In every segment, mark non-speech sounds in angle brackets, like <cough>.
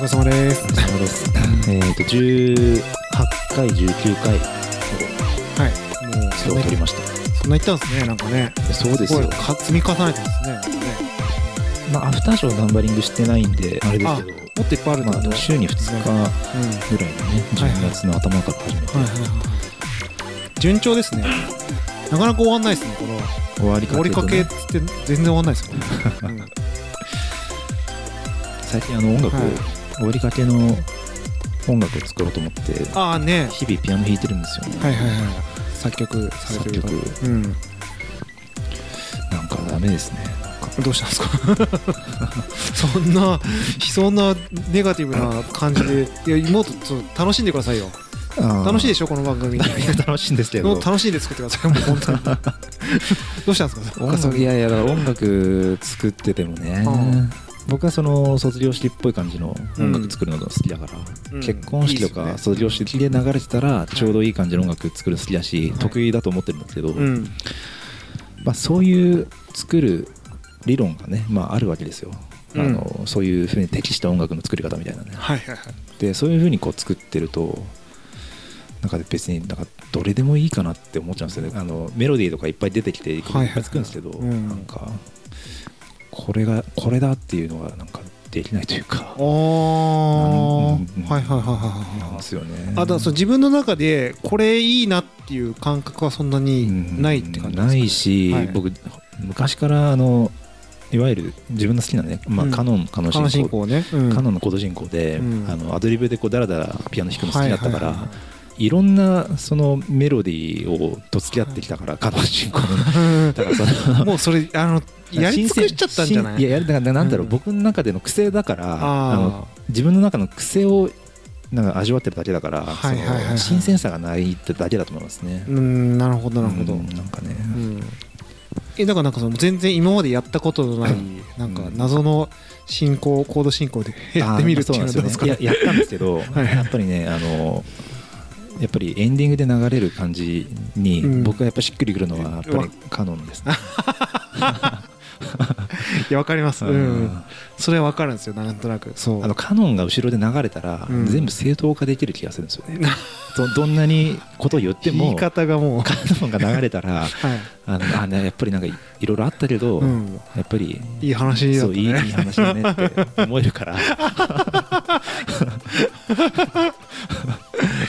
お疲れ様です。お疲れ様です。えっと、18回、19回、はい。もう今そん日な撮りそました。んな言ったんですね。なんかね。そうですごいよ。か積み重ねてますね。なんかねまあ、アフターショーのナンバリングしてないんで、あれですけもっといっぱいあるど、んだまけど。あ、週に2日ぐらいのね、うん。はいはい12月の頭から始めて、はいはい。順調ですね。なかなか終わんないですね。この終わりか終わりかけけっとねつって全然終わんないです <laughs> もんね。最近あの音楽を、はい終わりかけの音楽を作ろうと思って、ああね。日々ピアノ弾いてるんですよね。はいはいはい。作曲されてる方。作曲うん。なんかダメですね。なんかどうしたんですか <laughs> そんなそんなネガティブな感じでいやもっとちょっと楽しんでくださいよあー楽しいでしょこの番組楽しいんですけのど。楽しいで作ってくださいもう本当にどうしたんですか <laughs> 音楽いやいや音楽作っててもねうん僕はその卒業式っぽい感じの音楽作るのが好きだから、うん結婚式といいっかすよね卒業式で流れてたらちょうどいい感じの音楽作るの好きだし、はい得意だと思ってるんですけど、うんまあ、そういう作る理論がね、まあ、あるわけですよ、うんあのそういうふうに適した音楽の作り方みたいなねはいはいはいでそういうふうにこう作ってるとなんか別になんかどれでもいいかなって思っちゃうんですよねあのメロディーとかいっぱい出てきていっぱはいいはい作るんですけど、うんなんかこれがこれだっていうのがなんかできないというかおーうんはいはいはいなんはでいすよねあだからそう自分の中でこれいいなっていう感覚はそんなにないって感じですか、うんないし、はい僕昔からあのいわゆる自分の好きなね、まあうんカノンカノンカノ進進行行ね、うんカノンのコード進行で、うんあのアドリブでこうダラダラピアノ弾くの好きだったはから、いいはいはいろんなそのメロディーをと付き合ってきたから、カノン進行のうんだからそのもうそれあ <laughs> の <laughs> やり尽くしちゃったんじゃない新鮮新ややりだからなんだろう、うん僕の中での癖だからあのあ自分の中の癖をなんか味わってるだけだから、はいはいはいはいその新鮮さがないってだけだと思いますねあ、うんなるほどなるほど、うんなんかね、うんえだからなんかその全然今までやったことのないなんか謎の進行コード進行でやってみるっていうのはどうですかあーまあそうなんですよねいややったんです <laughs> けど、いやっぱりねあのやっぱりエンディングで流れる感じに、うん僕はやっぱしっくりくるのはやっぱわりカノンですね。いやわかりますうんあそれはわかるんですよなんとなくそうーあのカノンが後ろで流れたら、うん全部正当化できる気がするんですよ <laughs> ね。どどんなにことを言って言もいカ方がもうノンが流れた <laughs> らはいあのあねやっぱりなんかいいろいろあったけど、うんやっぱり。いい話だそったういいいいね話だねって思えるから <laughs>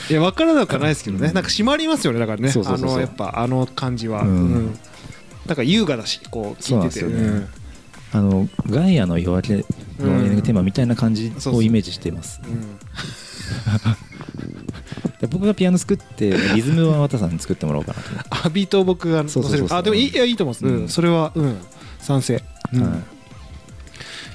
いやわからなくはないですけどねうんなんか締まりますよねだからねそうそあうそうそうのやっぱあの感じはううんんなんか優雅だしこう聞いててそううなんですよねんあのガイアの夜明けのエンディングテーマみたいな感じをイメージしています。うんで僕がピアノ作ってリズムは綿さんに作ってもらおうかなと思って、あビートを僕がそ載うそうそせうそうるあでもいいいやいいと思いますううんんそれはうん賛成うんは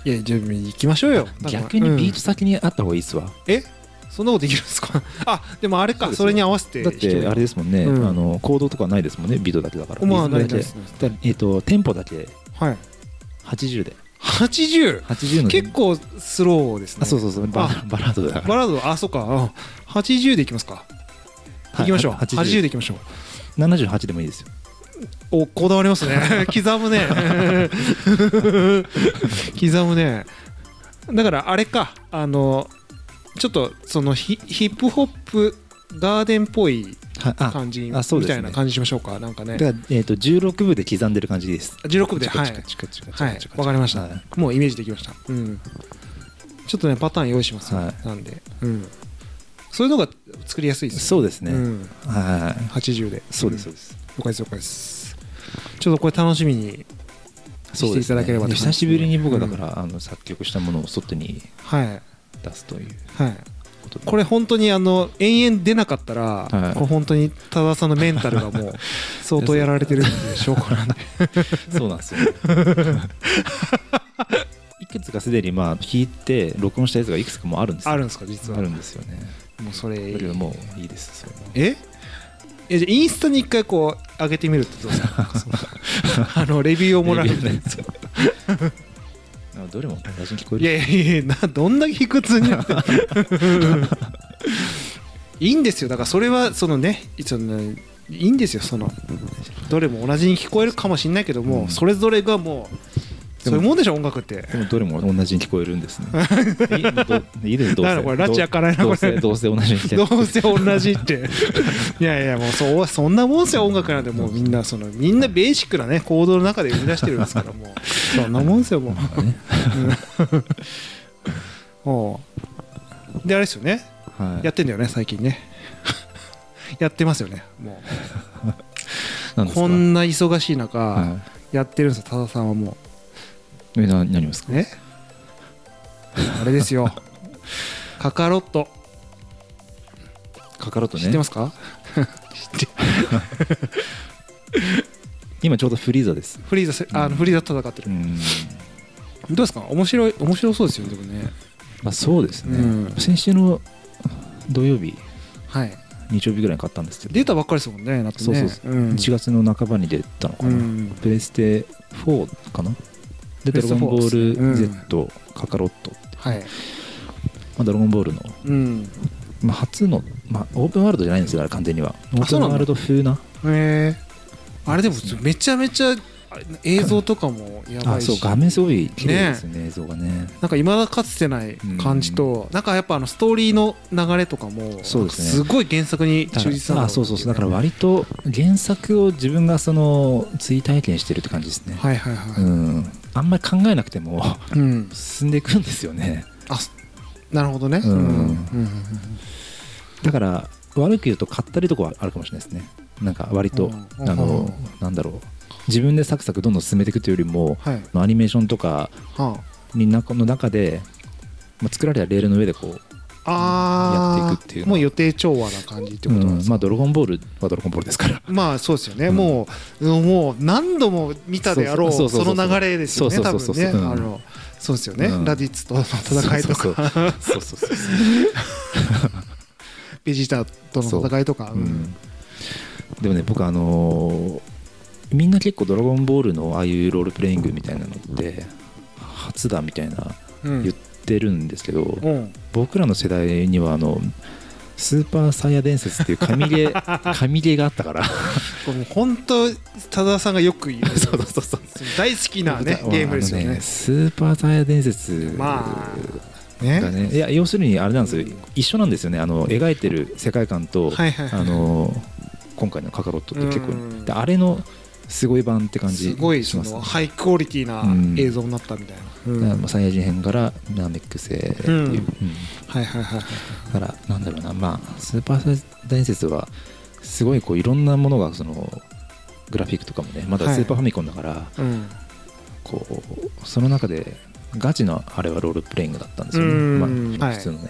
いいや、じゃあ行きましょうよ。逆にビート、ト先にあった方がいいっすわ、えそんなことできるんですか <laughs> あ、でもあれか、そうそでれすよに合わせてだ弾っけばいい。てあれですもんね、うんあのコードとかないですもんねビートだけだから、まあ、リズムないだけですね。だえっとテンポだけはい。 80で 80! 80の結構スローですね。あそうそうそうバあバラードだかバらラード、あ、そうか。あ80でいきますか。はい行きましょう。 80 80でいきましょう。 78でもいいですよお、こだわります <laughs> ね。刻むね。 <laughs> 刻むね。だから、あれか。あの、ちょっと、そのヒ、ヒップホップガーデンっぽいはあ感じあそうみですたねいな感じしましょうか。なんかねだ。から、えっと16部で刻んでる感じです16部で、ははいい。はい、わかりました、はいもうイメージできました。うん。ちょっとね、パターン用意しますよ、はいなんで。うん。そういうのが作りやすいですそうですね、ね。うん。はい80で。そうですそんうです、了解です、了解です。ちょっとこれ楽しみに。そうですしていただければと思います久しぶりに僕はだから、あの作曲したものを外にはい。はい。出すということでこれ本当にあの、延々出なかったら、はいこれ本当に多田さんのメンタルがもう相当やられてるっていう証拠なんで。そうなんですよ。 <laughs> いくつかすでにまあ弾いて録音したやつがいくつかもうあるんですよあるんですか、実あは。るんですよね。もうそれだけ。どもういいです。そういうえのえじゃあインスタに一回こう上げてみるって <laughs> どうですかそのあのレビューをもらうレビューのやつあどれも同じに聞こえいるやいやいやなどんだけ卑屈になって <laughs> いいんですよだからそれはそのねそのいいんですよそのどれも同じに聞こえるかもしれないけども、うんそれぞれがもうでそうもいうもんでしょ音楽ってでもどれも同じに聞こえる <laughs> んですねいいどういいですどうだかせらこれ拉致開かないなどうこれせどうせ同じにしてどうせ同じっていやいやもうそうそんなもんですよ音楽なんてもうみんなそのみんなベーシックなね行動の中で生み出してるんですからもう <laughs> そんなもんですよもうまあね <laughs> おうであれですよねはいやってんだよね最近ね <laughs> やってますよねもなんうですかこんな忙しい中、はやってるんですよ多田さんはもいえな何をですうか <laughs> ねあれですよカカロットカカロット知ってねますか知って今ちょうどフリーザですフリーザせあのフリーザと戦ってうる、んどうですか面白い面白そうですよでもねまあそうですうねん先週の土曜日はい日曜日ぐらいに買ったんですけど出たばっかりですもんねなってね、そうそうん、 1月の半ばに出たのかうなんプレステ4かなで「プレドラステゴンボ4ールですね Z、カカロット」まはいあ、ドラゴンボールの、うんまあ、初の、まあ、オープンワールドじゃないんですよあれ完全にはオーあプそンうなんだワールド風なえー、あれでもめちゃめちゃあ映像とかもやばあいしそう画面すごい綺麗ですよね映像がねなんか今だかつてない感じと、なんかやっぱあのストーリーの流れとかもそうですねなんかごい原作に忠実なあのそうそうそうだから割と原作を自分がその追体験してるって感じですね、はいはいはうい、んあんまり考えなくても <laughs> うん進んでいくんですよねあそなるほどね、うんうんうんだから悪く言うと買ったりとかはあるかもしれないですねなんか割とうんあうのんなんだろう自分でサクサクどんどん進めていくというよりもはい、アニメーションとかはになの中で、まあ、作られたレールの上でこうあ、あーやっていくっていうのはもう予定調和な感じってことなんですうんか、まあドラゴンボールはドラゴンボールですからまあそうですよね、うんもううんもう何度も見たであろうそうそそうそうそうの流れですよねそう多そうそう分そうね、うんあのそうですよね、うんラディッツとの戦いとかそう <laughs> そうそうそうそうそうそうベジータとの戦いとかううんんでもね僕あのーみんな結構「ドラゴンボール」のああいうロールプレイングみたいなのって初だみたいなうん言ってるんですけど、うん僕らの世代にはあのスーパーサイヤ伝説っていう神ゲ <laughs> ー神ゲーがあったからこれもう本当多田さんがよく言うそうそうそうそうその大好きなねゲームですよあのね。スーパーサイヤ伝説まあがね。ねいや要するにあれなんですよ一緒なんですよねあの描いてる世界観と、はい <laughs> はいはいあの今回のカカロットって結構うんであれのすごい版って感じすごいしそますねのハイクオリティなうん映像になったみたいな。うだんからまあサイヤ人編からナメック星っていうう、んうんはいはいはいはい。だからなんだろうなまあスーパーサイヤ伝説はすごいこういろんなものがそのグラフィックとかもねまだはいスーパーファミコンだから、うんこうその中でガチのあれはロールプレイングだったんですよね、うんまあ、はい普通のね、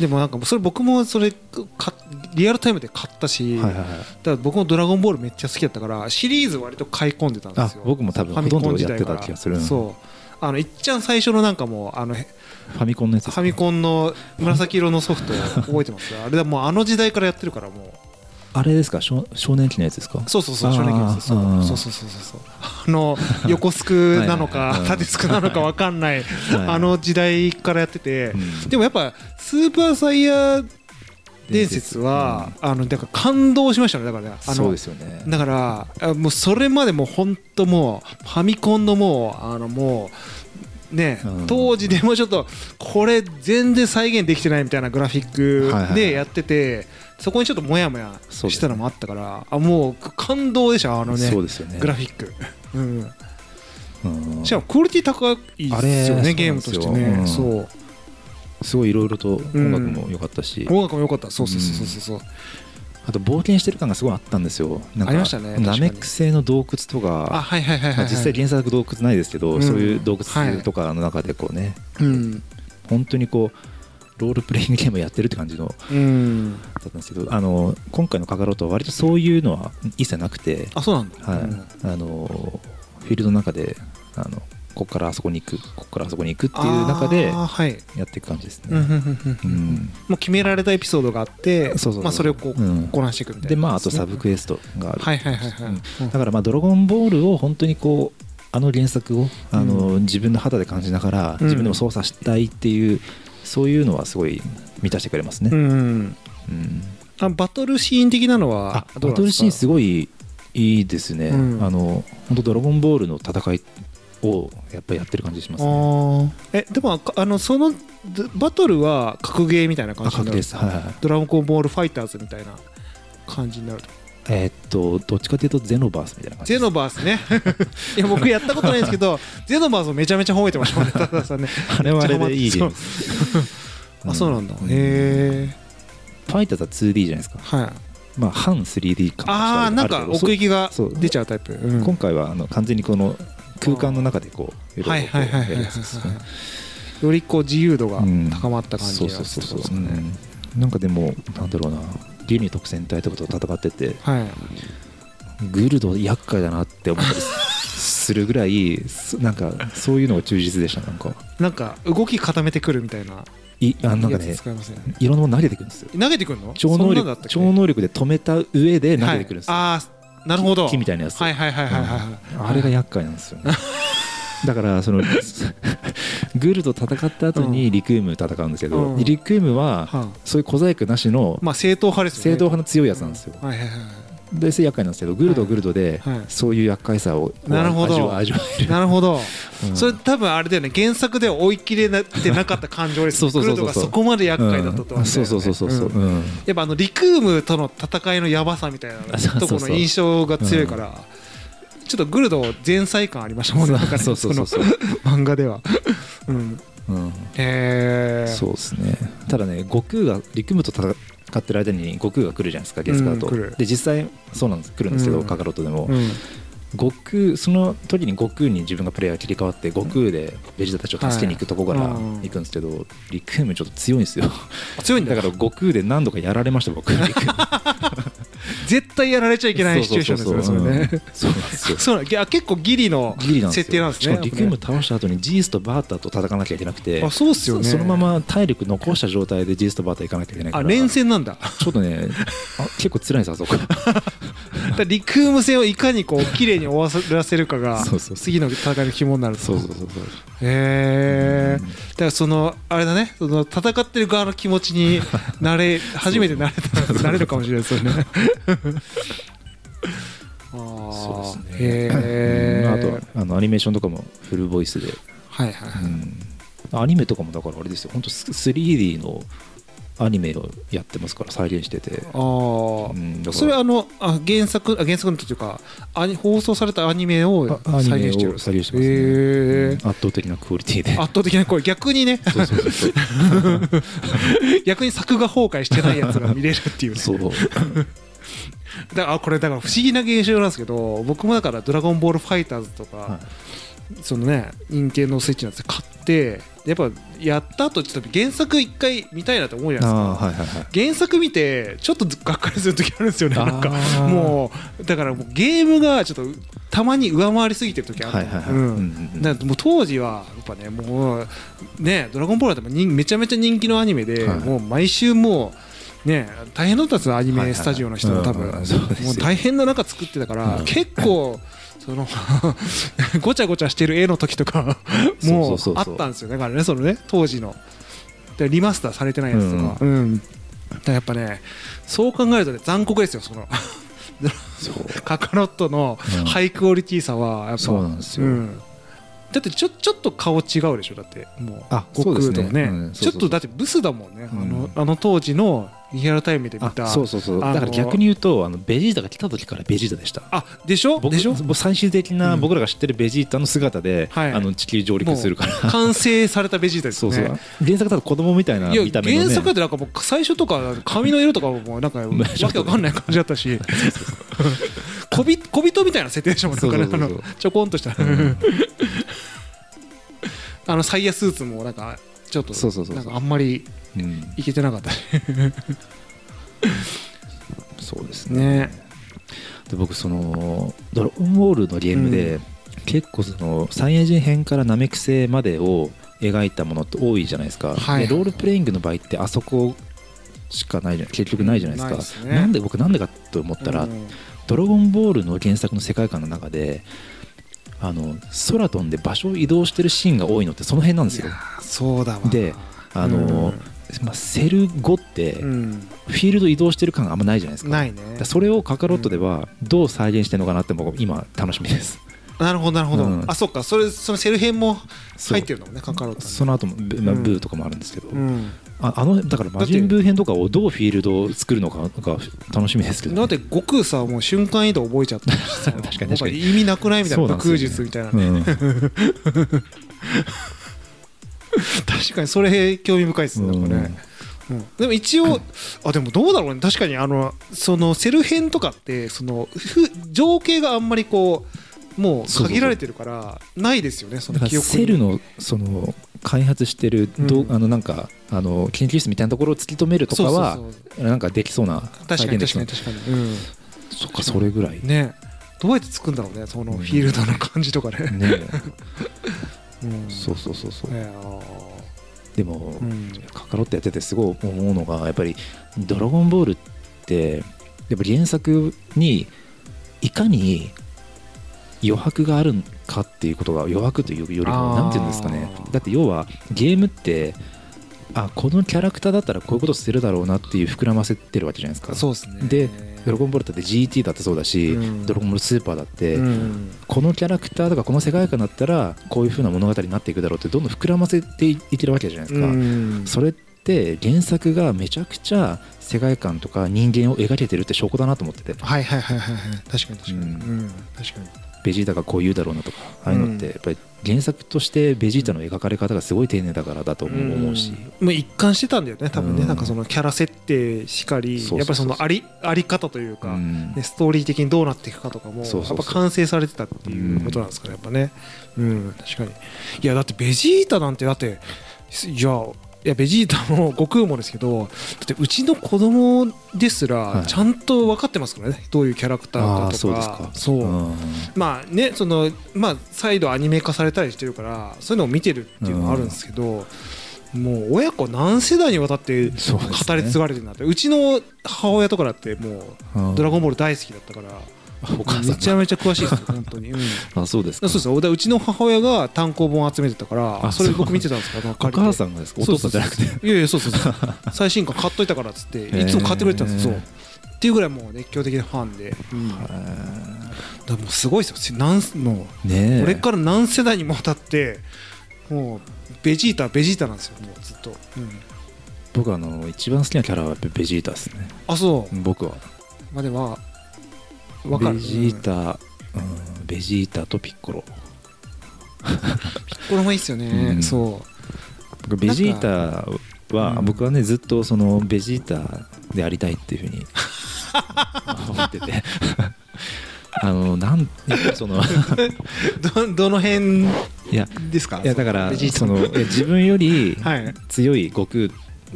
でもなんかもうそれ僕もそれかリアルタイムで買ったし、はいだはいかはいら僕もドラゴンボールめっちゃ好きだったからシリーズ割と買い込んでたんであすよ。僕も多フ分ァほミとんコンど時やっ代てかたら気がするそう。あのいっちゃん最初のなんかもうあのファミコンのやつファミコンの紫色のソフト覚えてますあれだもうあの時代からやってるからもうあれですか少少年期のやつですかそうそうそうあー少年期ですそううんそうそうそうそうそうあの横スクなのはいはいかはい縦スクなのかわかんないいあの時代からやっててうんでもやっぱスーパーサイヤ伝説はあのだから感動しましたねだからねあそうのですよねだからあもうそれまでもう本当もうファミコンのもうあのもうねうん当時でもちょっとこれ全然再現できてないみたいなグラフィはいッはクいはいでやっててそこにちょっとモヤモヤそうでしすたのもあったからあもう感動でしたあのねそうですよねグラフィック。うん、うんしかもクオリティ高いですよあれねゲームとしてね、そうそうすごいいろいろと音楽も良かったし、音楽も良かったそうそうそうそうそう、あと冒険してる感がすごいあったんですよなんかありましたね確かにナメック星の洞窟とあかはいはいはいはい、まはあい、実際原作洞窟ないですけど、うんそういう洞窟とかの中でこうね、うん、本当にこうロールプレイングゲームやってるって感じのだうん、ったんですけどあの今回のカカロットは割とそういうのは一切なくてあそうなんだ、はいうんあのフィールドの中であのここからあそこに行くここからあそこに行くっていう中であーはいやっていく感じですうんうんねうんううんんもう決められたエピソードがあってそうそうそうまあ、それをこう、うんこなしていくみたいなでまああとすねサブクエストがあるはいはいはいはい、うんうんだからまあ「ドラゴンボール」を本当にこうあの原作をあの自分の肌で感じながらうん自分でも操作したいっていうそういうのはすごい満たしてくれますね、うんうんあバトルシーン的なのあはどうバなんトルですシかーンすごいいいですね、うんあの本当ドラゴンボール」の戦いをやっぱりやってる感じしますねあーえでもかあのそのどバトルは格ゲーみたいな感あじにな確定でるす、はいはいはいドラゴンボールファイターズみたいな感じになるえーっとどっちかというとゼノバースみたいな感じゼですノバー <laughs> スねいや僕やったことないんですけどゼノバースをめちゃめちゃ褒めてましたもんね高田さんねあれはあれでいいゲームそうですあそうなんだ、うへんえファイターズは 2D じゃないですかはいまあ反 3D 感ああなんか奥行きがそう出ちゃうタイプ、うん今回はあの完全にこの空間の中でこういろはいいろこうはいはいはいやはいはりいやすいですねよりこう自由度がうん高まった感じそうがそうそうすそるうってことですうかねんなんかでもなんだろうな竜に特戦隊とかと戦っててはいグルド厄介だなって思ったりすするぐらい <laughs> すなんかそういうのが忠実でしたなんかなんか動き固めてくるみたいないあなんかやねつ使いますねいろんなもの投げてくるんですよ投げてくるの超能力超能力で止めた上で投力げてくるんですよ、ああなるほど木木みたいなやつはいはいはいはいはいうんあれが厄介なんです <laughs> よねだからそのグルと戦った後にリクイム戦うんですけど、うんリクイムははあそういう小細工なしのまあ正統派です正よね統派の強いやつなんですよ、はいはいはでそれ厄介なんですけどグルドはグルドで、はいはいそういう厄介さをなるほど味わ味わえいるなるほど <laughs> うんそれ多分あれだよね原作では追い切れなってなかった感情です <laughs> そうそうそうクそルうードがそこまで厄介だったとはうんねそうそうそうそうそう、んうんやっぱあのリクームとの戦いのやばさみたいなあそうそとうこそうの印象が強いからちょっとグルド前菜感ありましたもんねなんかねそうそうそうそ <laughs> うその漫画ではうんうんへえそうですねただね悟空がリクムと戦ってる間に悟空が来るじゃないですか原作だと、うん来るで実際そうなんです来るんですけど、うんカカロットでも、うん悟空その時に悟空に自分がプレイヤー切り替わって悟空でベジータたちを助けに行くとこからはいうん行くんですけど、リクームちょっと <laughs> 強いんですよ強いんだだから悟空で何度かやられました <laughs> 僕リクーム絶対やられちゃいけないシチュエーションですよねそそれねうそうそううんそうなんですよそうなんいや結構ギリの <laughs> ギリなんですよ設定なんですしかねもリクーム倒した後にジースとバータと戦わなきゃいけなくてあそうっすよねそそのまま体力残した状態でジースとバータ行かなきゃいけないからあ連戦 <laughs> なんだちょっとねあ結構辛いんですよあそこだからリクーム戦をいかにこう綺麗に終わらせるかがそうそうそう次の戦いの肝になると <laughs> そうそうそうそうへえうんだからそのあれだねその戦ってる側の気持ちに <laughs> なれ初めてなれたなれるかもしれないですよねあー <laughs> そうですねへえうんあとあのアニメーションとかもフルボイスではいはいはい、アニメとかもだからあれですよ本当 3D のアニメをやってますから再現してて、ああ、うんだからそれはあのあ原作あ原作のというかアニ放送されたアニメをあアニ再メ現してるを再現してますへね、うんえ圧倒的なクオリティで圧倒的な声逆 <laughs> にねそうそうそうそう逆に作画崩壊してないやつが見れるっていうね <laughs> そうだからあこれだから不思議な現象なんですけど僕もだから「ドラゴンボールファイターズ」とか、はそのね任天堂スイッチのやつ買ってやっぱやった後ちょっと原作一回見たいなと思うじゃあないですかあはいはいはい原作見てちょっとがっかりする時あるんですよねなんかあーもうだからもうゲームがちょっとたまに上回りすぎてる時あるはいはいはいうんうんうんうんだからもう当時はやっぱねもうねドラゴンボール」だってもう人めちゃめちゃ人気のアニメで、はいもう毎週もうね大変だったんですよアニはいメはいスタジオの人も多分、うんうん <laughs> そうですよもう大変な中作ってたから、うん結構その <laughs> ごちゃごちゃしてる絵の時とかもうそうそうあそうそうったんですよだからねそのね当時のでリマスターされてないやつとか、うんだからやっぱねそう考えるとね残酷ですよその <laughs> そうカカロットのうんハイクオリティさはやっぱそうなんですよんだってちょちょっと顔違うでしょだってもうあ悟空とかそうでねすねうんちそうそうょそうっとだってブスだもんね、あうのんあの当時のリアルタイムで見たあそうそうそうあのだから逆に言うとあのベジータが来た時からベジータでしたあでしょ僕でしょ僕最終的な僕らが知ってるベジータの姿で、はいあの地球上陸する <laughs> からもう完成されたベジータです <laughs> そようねそう原作だと子供みたいないや見た目のね原作だってなんかもう最初とか髪の色とかも <laughs> なんかわけわかんない感じだったし小び小人みたいな設定でしたもんねそうそうそうそうなんかねあのちょこんとした、 <laughs> あのサイヤスーツもなんかちょっとそうそうそうなそうんかあんまりうんいけてなかったしそうですねねで僕その「ドラゴンボール」のゲームで、結構その三英人編からナメク星までを描いたものって多いじゃないですか、はいでロールプレイングの場合ってあそこしかないじゃない結局ないじゃないないでですすかねなんで僕なんでかと思ったら、うんドラゴンボール」の原作の世界観の中であの空飛んで場所を移動してるシーンが多いのってその辺なんですよいや。ーそうだわであの、うんまあ、セル5ってうフん、ィールド移動してる感があんまないじゃないですか,、ないねそれをカカロットではどう再現してるのかなって僕今楽しみですなるほどなるほど、うんあそっかそれそのセル編もそう入ってるのもねカカロットにその後もブ,、まあ、うんブーとかもあるんですけど、うんああのだから魔人ブー編とかをどうフィールドを作るのかが楽しみですけど、だって悟空さもう瞬間移動覚えちゃったしさ <laughs> 確かになん確かに意味なくないみたいそなうなん悟ですよ空ね術みたいな、 <laughs> うん、確かにそれ興味深いですねなんかね、うんでも一応あでもどうだろうね確かにあのそのセル編とかってそのふ情景があんまりこうもうそうそうそう限られてるからないですよねそのだから記憶にセルのその開発してるど、ううんあのなんかあの研究室みたいなところを突き止めるとかはそうそうなんかできそうな確かに確ですかにね確かに、うんそっかそれ <laughs> ぐらいねねどうやってつくんだろうねそのうんフィールドの感じとかね、うんそうそうそうそう、いやーでも、うんカカロットやっててすごい思うのがやっぱり「ドラゴンボール」ってやっぱり原作にいかに余白があるかっていうことが余白というよりもあー何て言うんですかねだって要はゲームってあこのキャラクターだったらこういうことしてるだろうなっていう膨らませてるわけじゃないですか。そうですねでドラゴンボールだって GT だってそうだし、うんドラゴンボールスーパーだって、うんこのキャラクターとかこの世界観だったらこういう風な物語になっていくだろうってどんどん膨らませていけるわけじゃないですか、うんそれって原作がめちゃくちゃ世界観とか人間を描けてるって証拠だなと思っててはいはいはいはいはい確かに確かに、うんうん確かにベジータがこう言うだろうなとかああいうのってうんやっぱり原作としてベジータの描かれ方がすごい丁寧だからだとも思うし、んもう一貫してたんだよね多分ね、うんなんかそのキャラ設定しかりそうそうそうやっぱりそのありあり方というか、うんね、ストーリー的にどうなっていくかとかもそうそうそうやっぱ完成されてたっていうことなんですかねやっぱねうん確かにいやだってベジータなんてだっていやいやベジータも悟空もですけどだってうちの子供ですはらいちゃんと分かってますからねどういうキャラクターかとかああそうですかそううんまあねそのまあ再度アニメ化されたりしてるからそういうのを見てるっていうのはあるんですけど、もう親子何世代にわたってそうです語ねり継がれてるなってう,、ちの母親とかだってもうんう「ドラゴンボール」大好きだったから、お母さんがめちゃめちゃ詳しいですよ本当に、うん、あそうですそうかですよだからうちの母親が単行本集めてたからあそれそう僕見てたんですからお母さんんがですかお父さんじゃなくていやいやそうそうそう最新刊買っといたからっつっていつも買ってくれてたんですよへそーうっていうぐらいもう熱狂的なファンで、うんだかあらもうすごいですよなんもうーねえこれから何世代にもわたってもうベジータはベジータなんですよもうずっと、うん僕あの一番好きなキャラはやっぱベジータですねあそう僕はまではわかるベジータ、うんベジータとピッコロこれもいいっすよね、うんそ僕ベジータはうん僕はねずっとそのベジータでありたいっていうふうに <laughs> 思ってて <laughs> あのなんそのうどどの辺いやですかいやだからベジータそのいや自分よりはい強い悟空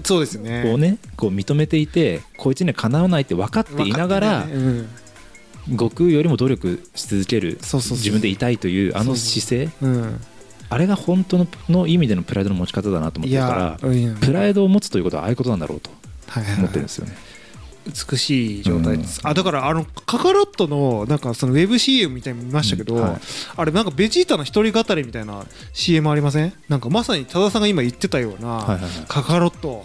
そうですよをねねこう認めていてこいつにはかなわないって分かっていながわからってないねうん悟空よりも努力し続けるそうそうそう自分でいたいというあの姿勢うん、あれが本当のの意味でのプライドの持ち方だなと思っいてるやか、らうんはいプライドを持つということはああいうことなんだろうとはいはい思ってるんですよね。美しい状態です、あだからあのカカロットのなんかそのウェブ CM みたいに見ましたけど、うんはいあれなんかベジータの一人語りみたいな CM ありませんなんかまさに多田さんが今言ってたような、はいはいはいカカロット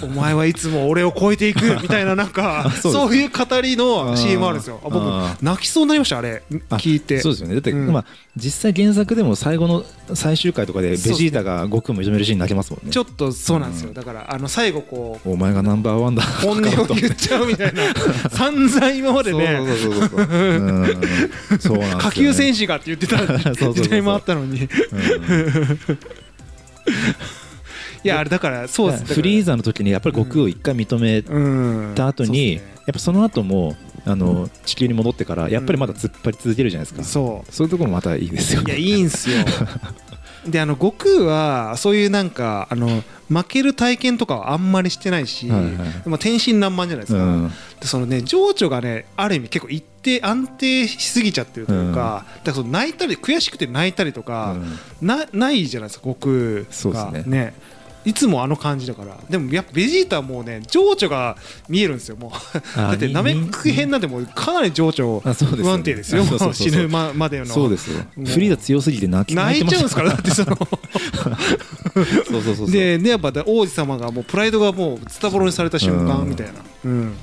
お前はいつも俺を超えてい <laughs> くみたいななんかそうですそういう語りあーの CM あるんですよあ僕あ泣きそうになりましたあれあ聞いてそうですよねだって、うんまあ、実際原作でも最後の最終回とかでベジータが悟空も認めるシーン泣けますもんねちょっとそうなんですよ、うんだからあの最後こうお前がナンバーワンだ本音を言っちゃうみたいな <laughs> 散々今までねそうそうそうそううんそうなんですよね下級選手がって言ってた <laughs> そうそうそう時代もあったのにいうんやあれだからそうですフリーザザの時にやっぱり悟空を一回認めうんた後に、そうっすねやっぱその後もあの地球に戻ってからやっぱりまだ突っ張り続けるじゃないですか、そう <laughs> そういうところもまたいいですよいやねいいんすよであの悟空はそういうなんかあの負ける体験とかはあんまりしてないし、はいはいまあ、天真爛漫じゃないですうか、んでそのね情緒がねある意味結構一定安定しすぎちゃってるというか、だからその泣いたり悔しくて泣いたりとか、なないじゃないですか悟そう空ですがねいつもあの感じだからでもやっぱベジータはもうね情緒が見えるんですよもう <laughs> だってナメック編なんてもうかなり情緒あそうですよね不安定ですよあそうそうもうそう死ぬままでのそうですようんフリーダ強すぎて泣き泣いちゃうんですからだってそのそうそうそうそうでねやっぱ王子様がもうプライドがもうズタボロにされた瞬間うんみたいなうん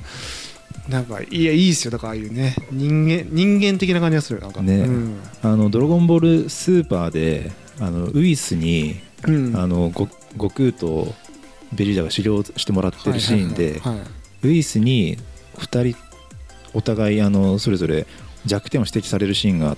なんかいやいいですよだからああいうね人間人間的な感じがするなんかねうんあのドラゴンボールスーパーであのウイスにうんあのご悟空とベリーダが狩猟してもらってるシーンではいはいはいはいウイスに2人お互いあのそれぞれ弱点を指摘されるシーンがあっ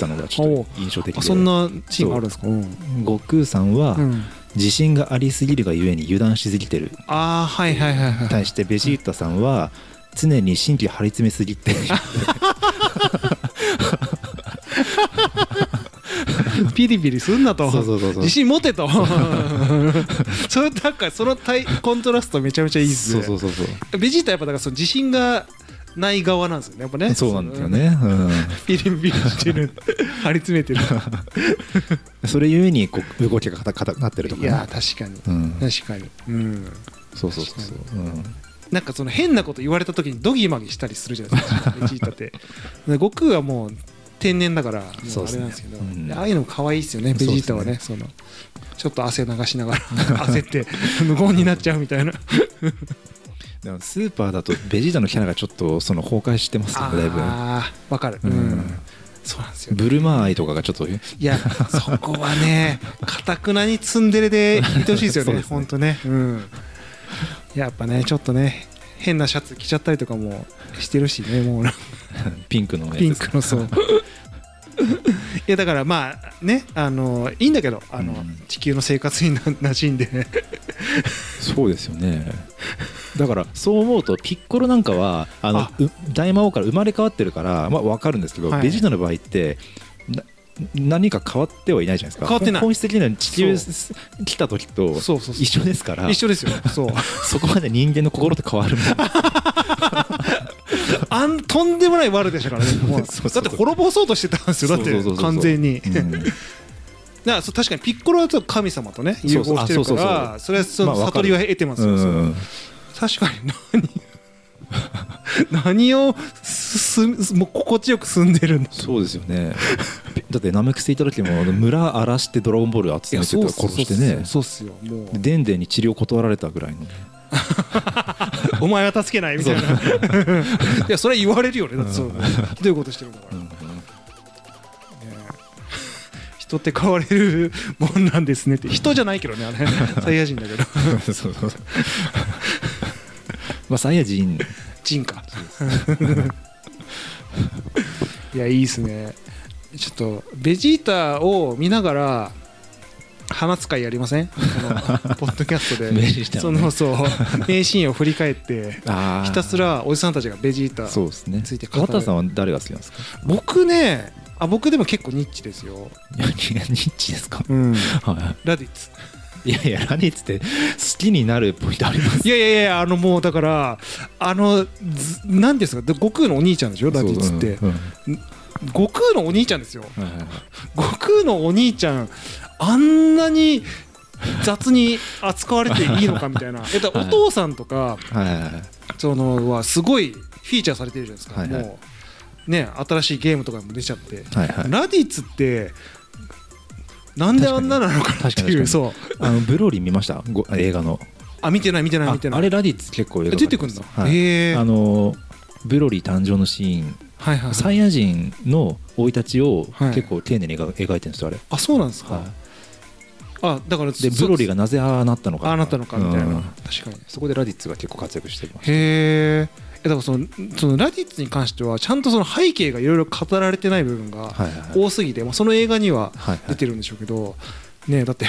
たのがちょっと印象的あでそんなシーンがあるんですかうん悟空さんはうん自信がありすぎるがゆえに油断しすぎてるああはいはいはいはい対してベジータさんは常に神経張り詰めすぎてピリピリすんなとそうそう <laughs> そうそう自信持てと <laughs> それなんかその対コントラストめちゃめちゃいいっすそうねそうそうそうベジータやっぱだからその自信がない側なんですよねやっぱねそうなんですよね、 <laughs> ピリピリしてる張り詰めて <laughs> るうん、それゆえにこう動きが硬くなってるとかいねやー確かにうん、確かにうんそうそうそうそう、うん、なんかその変なこと言われた時にドギマギしたりするじゃないですかベジー <laughs> タってで悟空はもう天然だからもそううっあすれなねんですけどうんでああいうのも可愛いですよねベジータはねそのちょっと汗流しながら焦 <laughs> って無言になっちゃうみたいなでもスーパーだとベジータのキャラがちょっとその崩壊してますよねだいぶあーわかるううんんそうなんですよねブルマーアイとかがちょっとねいやそこはねかたくなにツンデレでいてほしいですよ <laughs> そうねですねほんとねうんやっぱねちょっとね変なシャツ着ちゃったりとかもしてるしねもうピンクのやつピンクの <laughs> そういやだからまあねあのいいんだけどあの、うん地球の生活にな馴染んでそうですよねだからそう思うとピッコロなんかはあのあう大魔王から生まれ変わってるからまあ分かるんですけど、はいベジータの場合ってな何か変わってはいないじゃないですか変わってない本質的には地球そ来た時とそうそうそう一緒ですから一緒ですよ <laughs> そうそこまで人間の心と変わ <laughs> るもんあんとんでもない悪でしたからねもうだっそうそうそうて滅ぼそうとしてたんですよだっそうそうそうてそう完全にうんだからそう確かにピッコロはちょっと神様とね融合してるそうそうかあらそれはそのまあわか悟るりは得てますよ、そううん確かに何何をすすもう心地よく住んでるんだそうですよね <laughs> だってナメクセいた時もあの村荒らしてドラゴンボール集めてたら殺してねそうっすよもうでデンデンに治療断られたぐ <laughs> らいのお前は助けないみたいな <laughs> いやそれは言われるよねだってそうひどいことしてるんだから、ね人って変われるもんなんですねって人じゃないけどねあれサイヤ人だけどそうそうまあサイヤ人人かいやいいっすねちょっとベジータを見ながら話す会やりませんこのポッドキャス <laughs> トで、ベジータそをねのそう名シーンを振り返ってあーひたすらおじさんたちがベジータそうですねついて語る渡さんは誰が好きなんですか僕ねあ僕でも結構ニッチですよ、いやニッチですかうん、はラディッツ <laughs> いいやいやラニッツって好きになるポイントありますいやいやいやあのもうだからあのずなんていうんですかで悟空のお兄ちゃんでしょラディッツって、そううん悟空のお兄ちゃんですようんはいはい悟空のお兄ちゃんあんなに雑に扱われていいのかみたい <laughs> なえだからお父さんとかはいはいはいそのはすごいフィーチャーされてるじゃないですか、はいはいもうね新しいゲームとかにも出ちゃって、はいはいラディッツってなんであんななのかなって確かに確かいうにそうあのブローリー見ましたご映画のあ見てない見てないあ見てないあれラディッツ結構映画出てくんだはいへえあのブロリー誕生のシーンはいはいサイヤ人の生い立ちをはい結構丁寧に描描いてるんですよあれ、あそうなんですか、はいあだからでブロリーががなぜああなったのかああなったのかみたいな、うん確かにそこでラディッツが結構活躍してますへえだからそのそのラディッツに関してはちゃんとその背景がいろいろ語られてない部分がはいはいはい多すぎて、まあ、その映画にははいは出いてるんでしょうけど、ねえだって、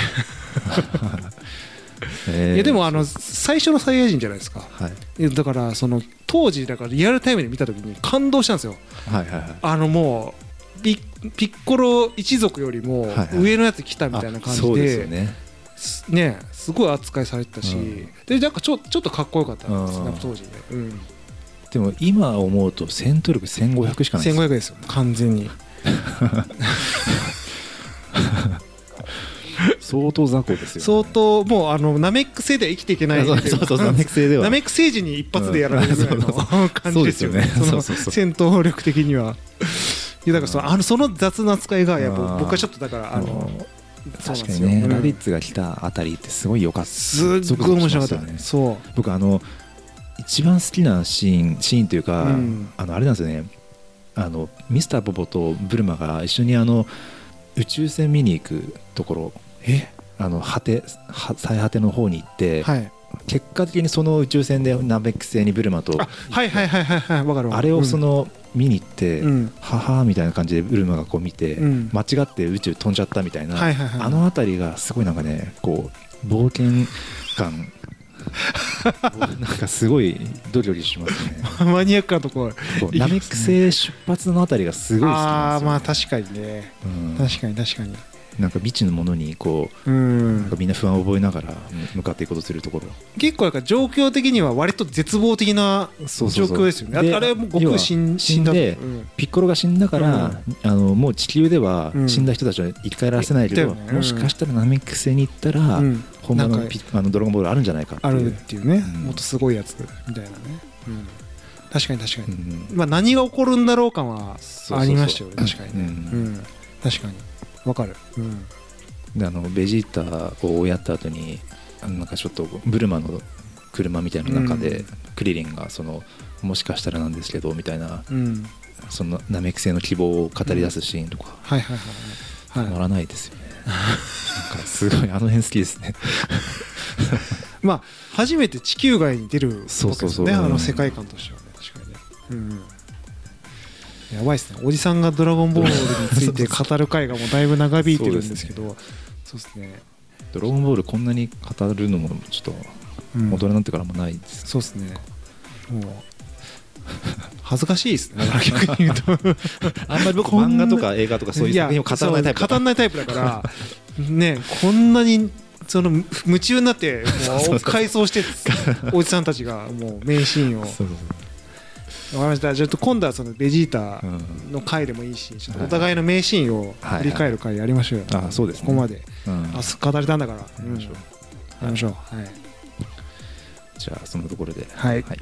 えーいやでもあの最初のサイヤ人じゃないですかはいいやだからその当時だからリアルタイムで見た時に感動したんですよはいはいはいあのもうびっピッコロ一族よりもはいはい上のやつ来たみたいなあ感そじうですよでねすねすごい扱いされてたし、うんでなんかちょちょっとかっこよかったんですうんなんか当時ね、うん、でも今思うと戦闘力1500しかないです1500ですよ完全に相当雑魚ですよ、ね、相当もうあのナメック星では生きていけないそうそうそうナメック星ではナメック星人に一発でやられるぐらいのうん <laughs> そう感じですよねそうでそのすよねそうそうそう戦闘力的にはいやだからそのあのその雑な扱いがやっうぱん僕はちょっとだからあのそうなんで確かすによね、うんラディッツが来たあたりってすごい良かったすっごい面白かったゾクゾクしましたよねそう僕あの一番好きなシーンシーンというか、うんあのあれなんですよねあのミスターポポとブルマが一緒にあの宇宙船見に行くところえあの果ては最果ての方に行って、はい結果的にその宇宙船でナメック星にブルマとあはいはいはいはいはいわかるわかるあれをその、見に行って、うんははーみたいな感じでブルマがこう見て、うん間違って宇宙飛んじゃったみたいな、はいはいはいあの辺りがすごいなんかねこう冒険 <laughs> 感なんかすごいドリドリします <laughs> ねうんマニアックなところこいいでうすねナメック星出発のあたりがすごい好きあなあーんですよ、ね、まあ確かにねうん確かに確かになんか未知のものにこううなんかんみんな不安を覚えながら向かっていこうとするところ結構なんか状況的には割と絶望的なそ状うそうそう況ですよねでああれはもう悟要空は死ん死んだとでうんピッコロが死んだから、あのもう地球ではうん死んだ人たちは生き返らせないけど、だよねうんもしかしたらナメック星に行ったら、うん本物なのんかピあのドラゴンボールあるんじゃないかってあいるっう、ていうね、うんもっとすごいやつみたいなね、うん、確かに確かうに、んまあ何が起こるんだろう感はそうそうそうありましたよね確かにねううんん、確かにわかるうんであのベジータを追いやった後にあのなんかちょっとブルマの車みたいな中で、うんクリリンがそのもしかしたらなんですけどみたいなうんそのナメック星の希望を語り出すシーンとか、はいはいはいたはい、まはらないですよねなんかすごいあの辺好きですねい、まあ初めて地球外に出るわけですそようねそうそうあうんの世界観としてはね確かにねうんやばいですねおじさんが「ドラゴンボール」について語る回がもうだいぶ長引いてるんですけどそうですね「ドラゴンボール」こんなに語るのもちょっとうん大人になってからもないです、そうですね。もう恥ずかしいです <laughs> ね。だから逆に言うとあんまり僕こん漫な画とか映画とかそういう作品を語らないやそタイプう語らないタイプだから、ねこんなにその夢中になって <laughs> そもううそう回想しておじさんたちがもう名シーンを。わかそうそうりました。じゃあちょっと今度はそのベジータそう、うん、の回でもいいし、ちょっとお互いの名シーンを振り返る回やりましょうよ。あそうですねここまで、うんあ、す語れたんだから、うんややりまりしょうましょう。はい。じゃあそのところではいはい